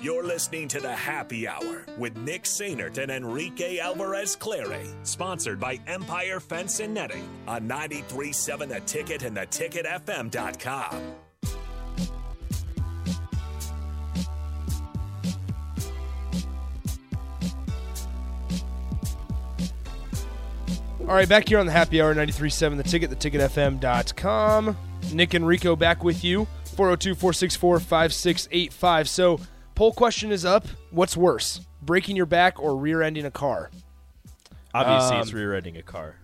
You're listening to the Happy Hour with Nick Sainert and Enrique Alvarez Clary, sponsored by Empire Fence and Netting on 937 The Ticket and theticketfm.com. All right, back here on the Happy Hour 93.7, the ticket, theticketfm.com. Nick and Rico back with you, 402 464 5685. So, poll question is up. What's worse, breaking your back or rear ending a car? Obviously, it's rear-ending a car.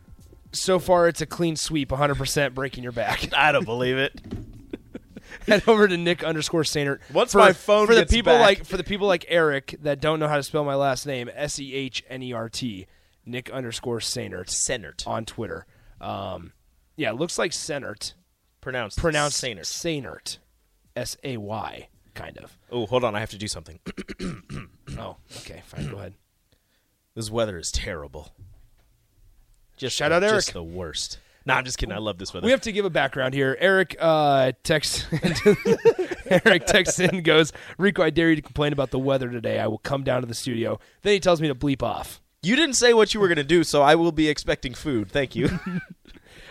So far, it's a clean sweep, 100% breaking your back. I don't believe it. Head over to Nick underscore Sainert. Once for, my phone for the gets people back. like for the people like Eric that don't know how to spell my last name, S E H N E R T, Nick underscore Sainert Senert. on Twitter. Um, yeah, it looks like Senert. Pronounced. pronounced Senert. Sainert. S A Y, kind of. Oh, hold on. I have to do something. Oh, okay, fine. Go ahead. this weather is terrible. Just Shout out Eric. Just the worst. No, I'm just kidding. I love this weather. We have to give a background here. Eric uh, texts. Eric texts in and goes, "Rico, I dare you to complain about the weather today. I will come down to the studio." Then he tells me to bleep off. you didn't say what you were going to do, so I will be expecting food. Thank you.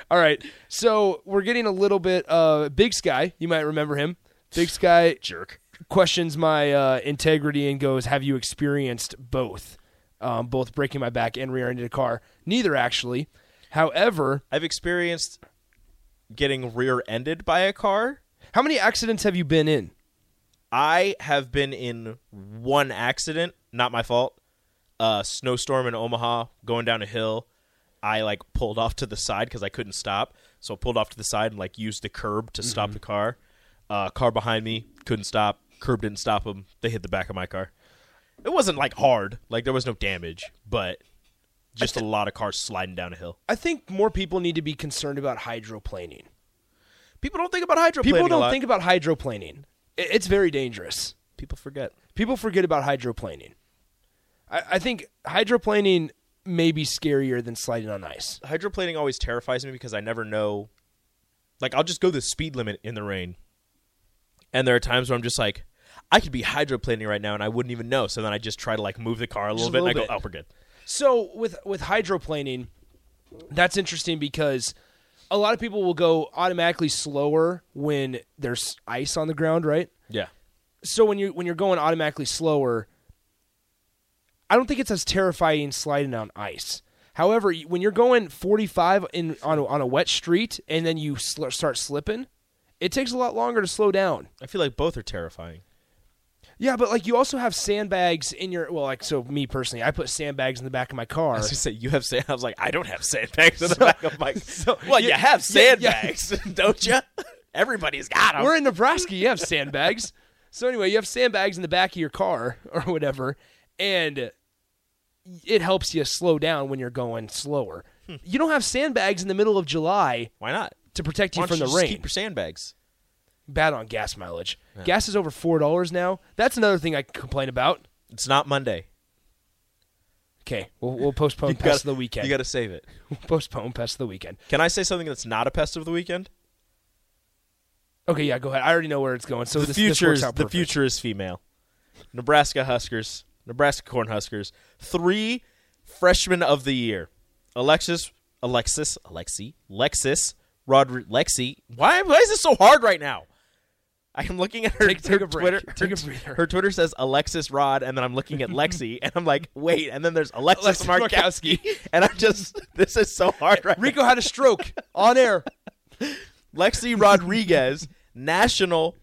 All right, so we're getting a little bit. Uh, Big Sky, you might remember him. Big Sky Jerk. questions my uh, integrity and goes, "Have you experienced both, um, both breaking my back and rear-ended a car?" Neither, actually. However, I've experienced getting rear-ended by a car. How many accidents have you been in? I have been in one accident, not my fault. Uh, snowstorm in Omaha, going down a hill. I like pulled off to the side because I couldn't stop, so I pulled off to the side and like used the curb to stop Mm-hmm. the car. Uh, car behind me couldn't stop. Curb didn't stop them. They hit the back of my car. It wasn't like hard, like there was no damage, but just a lot of cars sliding down a hill. I think more people need to be concerned about hydroplaning. People don't think about hydroplaning. People a don't lot. think about hydroplaning. I- It's very dangerous. people forget. People forget about hydroplaning. I, I think hydroplaning may be scarier than sliding on ice. hydroplaning always terrifies me because I never know. Like I'll just go the speed limit in the rain, and there are times where I'm just like, I could be hydroplaning right now and I wouldn't even know. So then I just try to like move the car a little a bit, and little I go, bit. oh, we're good. So with with hydroplaning, that's interesting because a lot of people will go automatically slower when there's ice on the ground, right? Yeah, so when you when you're going automatically slower, I don't think it's as terrifying sliding on ice. However, y- when you're going 45 in on a, on a wet street and then you sl- start slipping, it takes a lot longer to slow down. I feel like both are terrifying. Yeah, but like you also have sandbags in your well, like so me personally, I put sandbags in the back of my I car. was gonna say you have sand. I was like, I don't have sandbags in the back of my. well, you, yeah, have yeah, yeah. sandbags, don't you? Everybody's got them. We're in Nebraska. You have sandbags. so anyway, you have sandbags in the back of your car or whatever, and it helps you slow down when you're going slower. Hmm. You don't have sandbags in the middle of July Why not? to protect Why you don't from the you just rain. Keep your sandbags. Bad on gas mileage. Gas is over four dollars now. That's another thing I complain about. It's not Monday. Okay, we'll, we'll postpone gotta- past the weekend. You got to save it. We'll postpone past the weekend. Can I say something that's not a pest of the weekend? Okay, yeah, go ahead. I already know where it's going. So the this, this future works is out the perfect. future is female. Nebraska Huskers, Nebraska Cornhuskers, three freshmen of the year: Alexis, Alexis, Alexi, Lexis, Rodri, Lexi. Why? Why is this so hard right now? I am looking at her, Take- take her a break. Twitter. Take a her- breather. her Twitter says Alexis Rod, and then I'm looking at Lexi, and I'm like, wait. And then there's Alexis, Alexis Markowski, and I'm just, this is so hard right Rico had a stroke on air. Lexi Rodriguez, National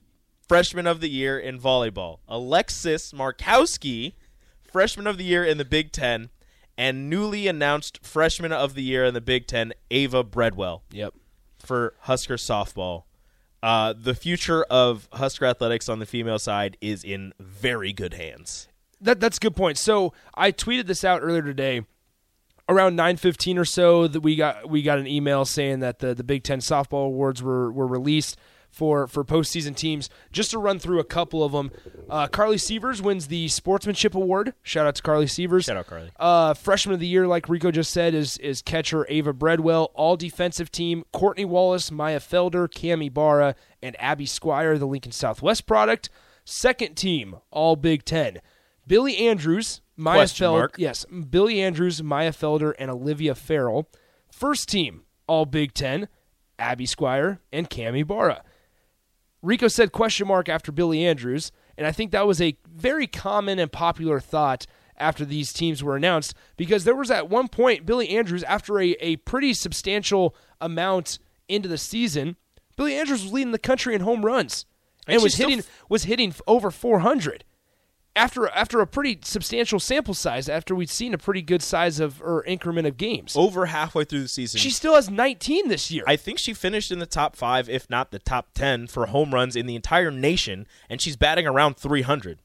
Freshman of the Year in volleyball. Alexis Markowski, Freshman of the Year in the Big Ten. And newly announced Freshman of the Year in the Big Ten, Ava Bredwell Yep. for Husker softball. Uh, the future of Husker athletics on the female side is in very good hands. That that's a good point. So I tweeted this out earlier today. Around nine fifteen or so, that we got we got an email saying that the, the Big Ten softball awards were, were released for for postseason teams. Just to run through a couple of them, uh, Carly Sievers wins the Sportsmanship Award. Shout out to Carly Sievers. Shout out, Carly. Uh, freshman of the year, like Rico just said, is is catcher Ava Bredwell. All defensive team: Courtney Wallace, Maya Felder, Cami Barra, and Abby Squire, the Lincoln Southwest product. second team All Big Ten. Billy Andrews, Maya Question Felder, mark. yes, Billy Andrews, Maya Felder, and Olivia Farrell. First team All Big Ten, Abby Squire and Cami Barra. Rico said question mark after Billy Andrews, and I think that was a very common and popular thought after these teams were announced because there was at one point Billy Andrews, after a, a pretty substantial amount into the season, Billy Andrews was leading the country in home runs and, And was she's still hitting was hitting f- over 400 after after a pretty substantial sample size after we'd seen a pretty good size of or increment of games. Over halfway through the season, She still has 19 this year. Oh. I think she finished in the top five, if not the top ten, for home runs in the entire nation, and she's batting around 300.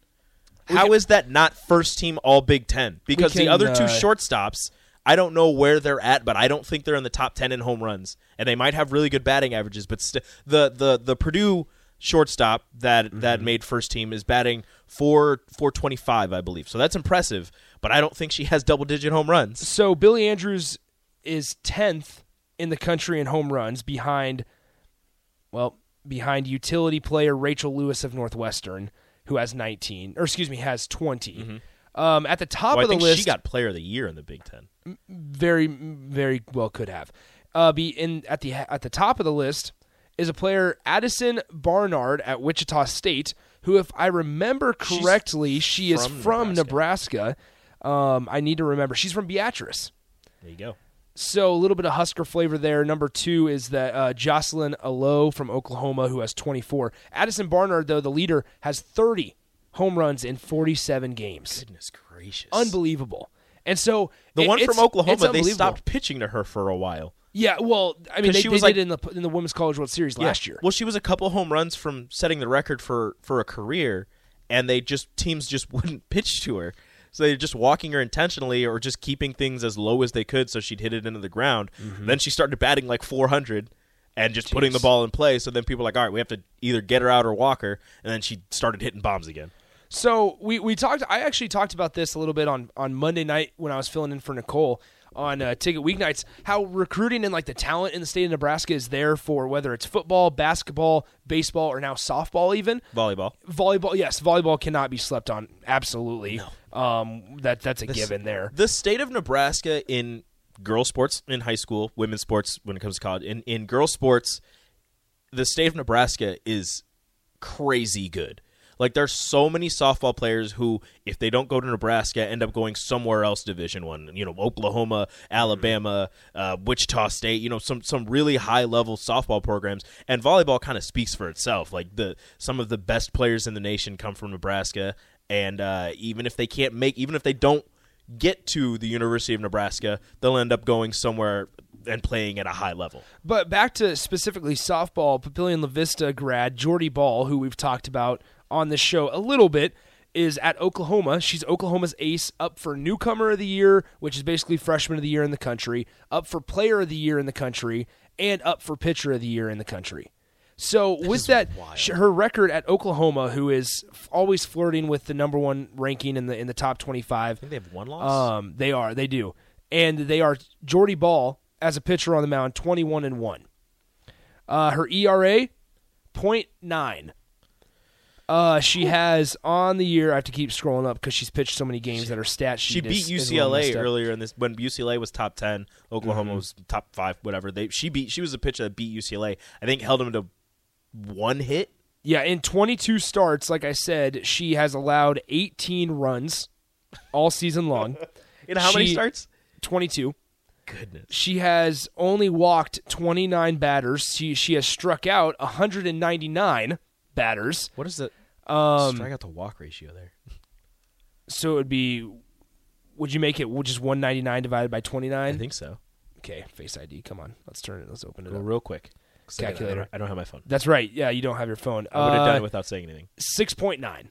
How is that not first team All Big Ten? Because can, the other two uh, shortstops, I don't know where they're at, but I don't think they're in the top ten in home runs, and they might have really good batting averages. But st- the the the Purdue shortstop that Mm-hmm. that made first team is batting four four twenty five, I believe. So that's impressive, but I don't think she has double digit home runs. So Billy Andrews is tenth in the country in home runs behind, well, behind utility player Rachel Lewis of Northwestern, who has nineteen, or excuse me, has 20 Um, at the top Mm-hmm. Well, I of the think list, she got Player of the Year in the Big Ten. very, very well could have. Uh, be in at the at the top of the list is a player Addison Barnard at Wichita State, who, if I remember correctly, she is from from Nebraska. Um, I need to remember. She's from Beatrice. There you go. So a little bit of Husker flavor there. Number two is that uh, Jocelyn Alo from Oklahoma, who has 24. Addison Barnard, though the leader, has 30 home runs in 47 games. Goodness gracious. Unbelievable. And so the it- one it's- from it's Oklahoma, they unbelievable. stopped pitching to her for a while. Yeah, well, I mean, 'Cause they, she they was did like- it in the in the Women's College World Series last year. Well, she was a couple home runs from setting the record for for a career, and they just teams just wouldn't pitch to her. So they're just walking her intentionally, or just keeping things as low as they could, so she'd hit it into the ground. Mm-hmm. Then she started batting like 400, and just putting the ball in play. So then people were like, all right, we have to either get her out or walk her. And then she started hitting bombs again. So we, we talked. I actually talked about this a little bit on, on Monday night when I was filling in for Nicole on uh, Ticket Weeknights. How recruiting and like the talent in the state of Nebraska is there for whether it's football, basketball, baseball, or now softball. Even Volleyball. volleyball, yes, volleyball cannot be slept on. Absolutely, um, that that's a given there. The state of Nebraska in girl sports in high school, women's sports when it comes to college, in, in girl sports, the state of Nebraska is crazy good. Like there's so many softball players who, if they don't go to Nebraska, end up going somewhere else. Division one, you know, Oklahoma, Alabama, uh, Wichita State. You know, some some really high level softball programs. And volleyball kind of speaks for itself. Like the some of the best players in the nation come from Nebraska. And uh, even if they can't make, even if they don't get to the University of Nebraska, they'll end up going somewhere and playing at a high level. But back to specifically softball, Papillion La Vista grad Jordy Ball, who we've talked about on this show a little bit, is at Oklahoma. She's Oklahoma's ace, up for newcomer of the year, which is basically freshman of the year in the country, up for player of the year in the country, and up for pitcher of the year in the country. So with that, sh her record at Oklahoma, who is f- always flirting with the number one ranking in the in the top twenty five, They have one loss. um, they are. They do. And they are Jordy Ball as a pitcher on the mound, 21 and 1. Uh, her ERA, 0.9. Uh, she has on the year, I have to keep scrolling up because she's pitched so many games that her stat sheet She beat is- is a little UCLA messed up. earlier in this when UCLA was top ten, Oklahoma was top five, whatever. They she beat she was a pitcher that beat UCLA. I think held them to one hit. Yeah, in 22 starts, like I said, she has allowed 18 runs all season long. In how many She- starts? 22. Goodness. She has only walked 29 batters. She she has struck out 199 batters. What is the Um, strikeout to walk ratio there? so it would be. Would you make it just 199 divided by 29? I think so. okay, Face ID. Come on, let's turn it. Let's open it Go up. real quick. 'Cause I don't- Calculator. I don't, I don't have my phone. That's right. Yeah, you don't have your phone. I would have done Uh, it without saying anything. 6.9.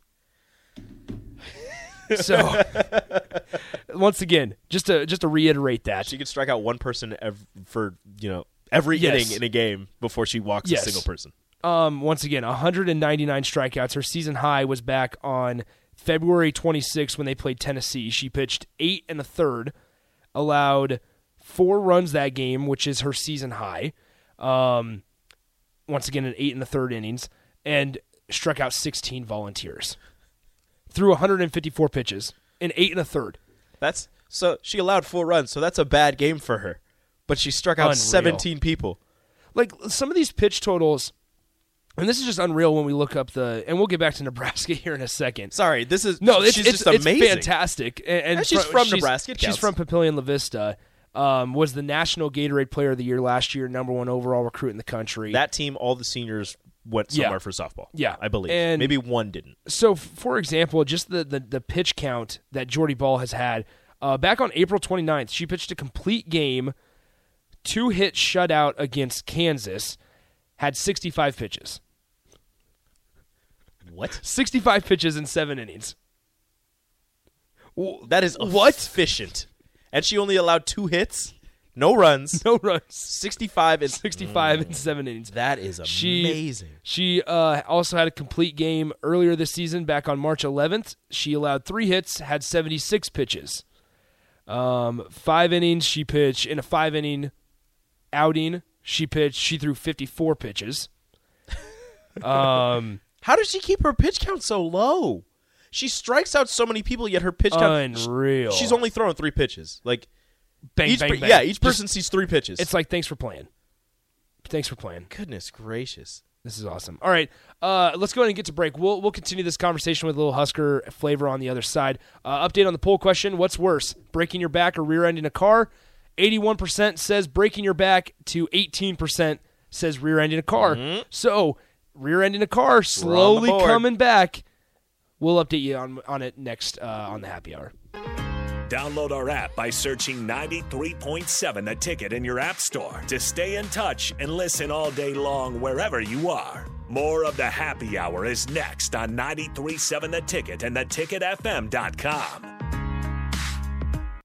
so once again, just to just to reiterate that. She could strike out one person ev- for you know every Yes. inning in a game before she walks Yes. a single person. um, once again, 199 strikeouts. Her season high was back on February 26th when they played Tennessee. She pitched eight and a third, allowed four runs that game, which is her season high. Um, once again, an eight and a third innings, and struck out 16 volunteers threw 154 pitches in eight and a third. That's so she allowed four runs, so that's a bad game for her. But she struck out Unreal. 17 people. Like some of these pitch totals, and this is just unreal when we look up the. And we'll get back to Nebraska here in a second. Sorry, this is No, it's, she's it's, just amazing. it's fantastic. And, and And she's fro- from Nebraska, it She's counts. from Papillion La Vista. Um, was the national Gatorade Player of the Year last year, number one overall recruit in the country. That team, all the seniors went Yeah. somewhere for softball. Yeah. I believe. And- Maybe one didn't. so f- for example just the, the, the pitch count that jordy ball has had uh, back on april 29th she pitched a complete game two hit shutout against kansas had 65 pitches What? 65 pitches in seven innings W- That is what efficient. And she only allowed two hits, no runs, no runs 65 and 65 Mm. in seven innings That is She- amazing. She uh, also had a complete game earlier this season, back on March 11th. She allowed three hits, had 76 pitches. Um, five innings, she pitched. In a five inning outing, she pitched. She threw 54 pitches. Um, How does she keep her pitch count so low? She strikes out so many people, yet her pitch count. Unreal. She's only throwing three pitches. Like bang, each, bang, per- bang. yeah, each Just- person sees three pitches. it's like, thanks for playing. Thanks for playing. goodness gracious. This is awesome. All right, uh, let's go ahead and get to break. We'll we'll continue this conversation with a little Husker flavor on the other side. Uh, update on the poll question: What's worse, breaking your back or rear-ending a car? Eighty-one percent says breaking your back to eighteen percent says rear-ending a car. So rear-ending a car slowly board. coming back. We'll update you on on it next uh, on the happy hour. Download our app by searching 93.7 The Ticket in your app store to stay in touch and listen all day long wherever you are. More of the happy hour is next on 93.7 The Ticket and theticketfm.com.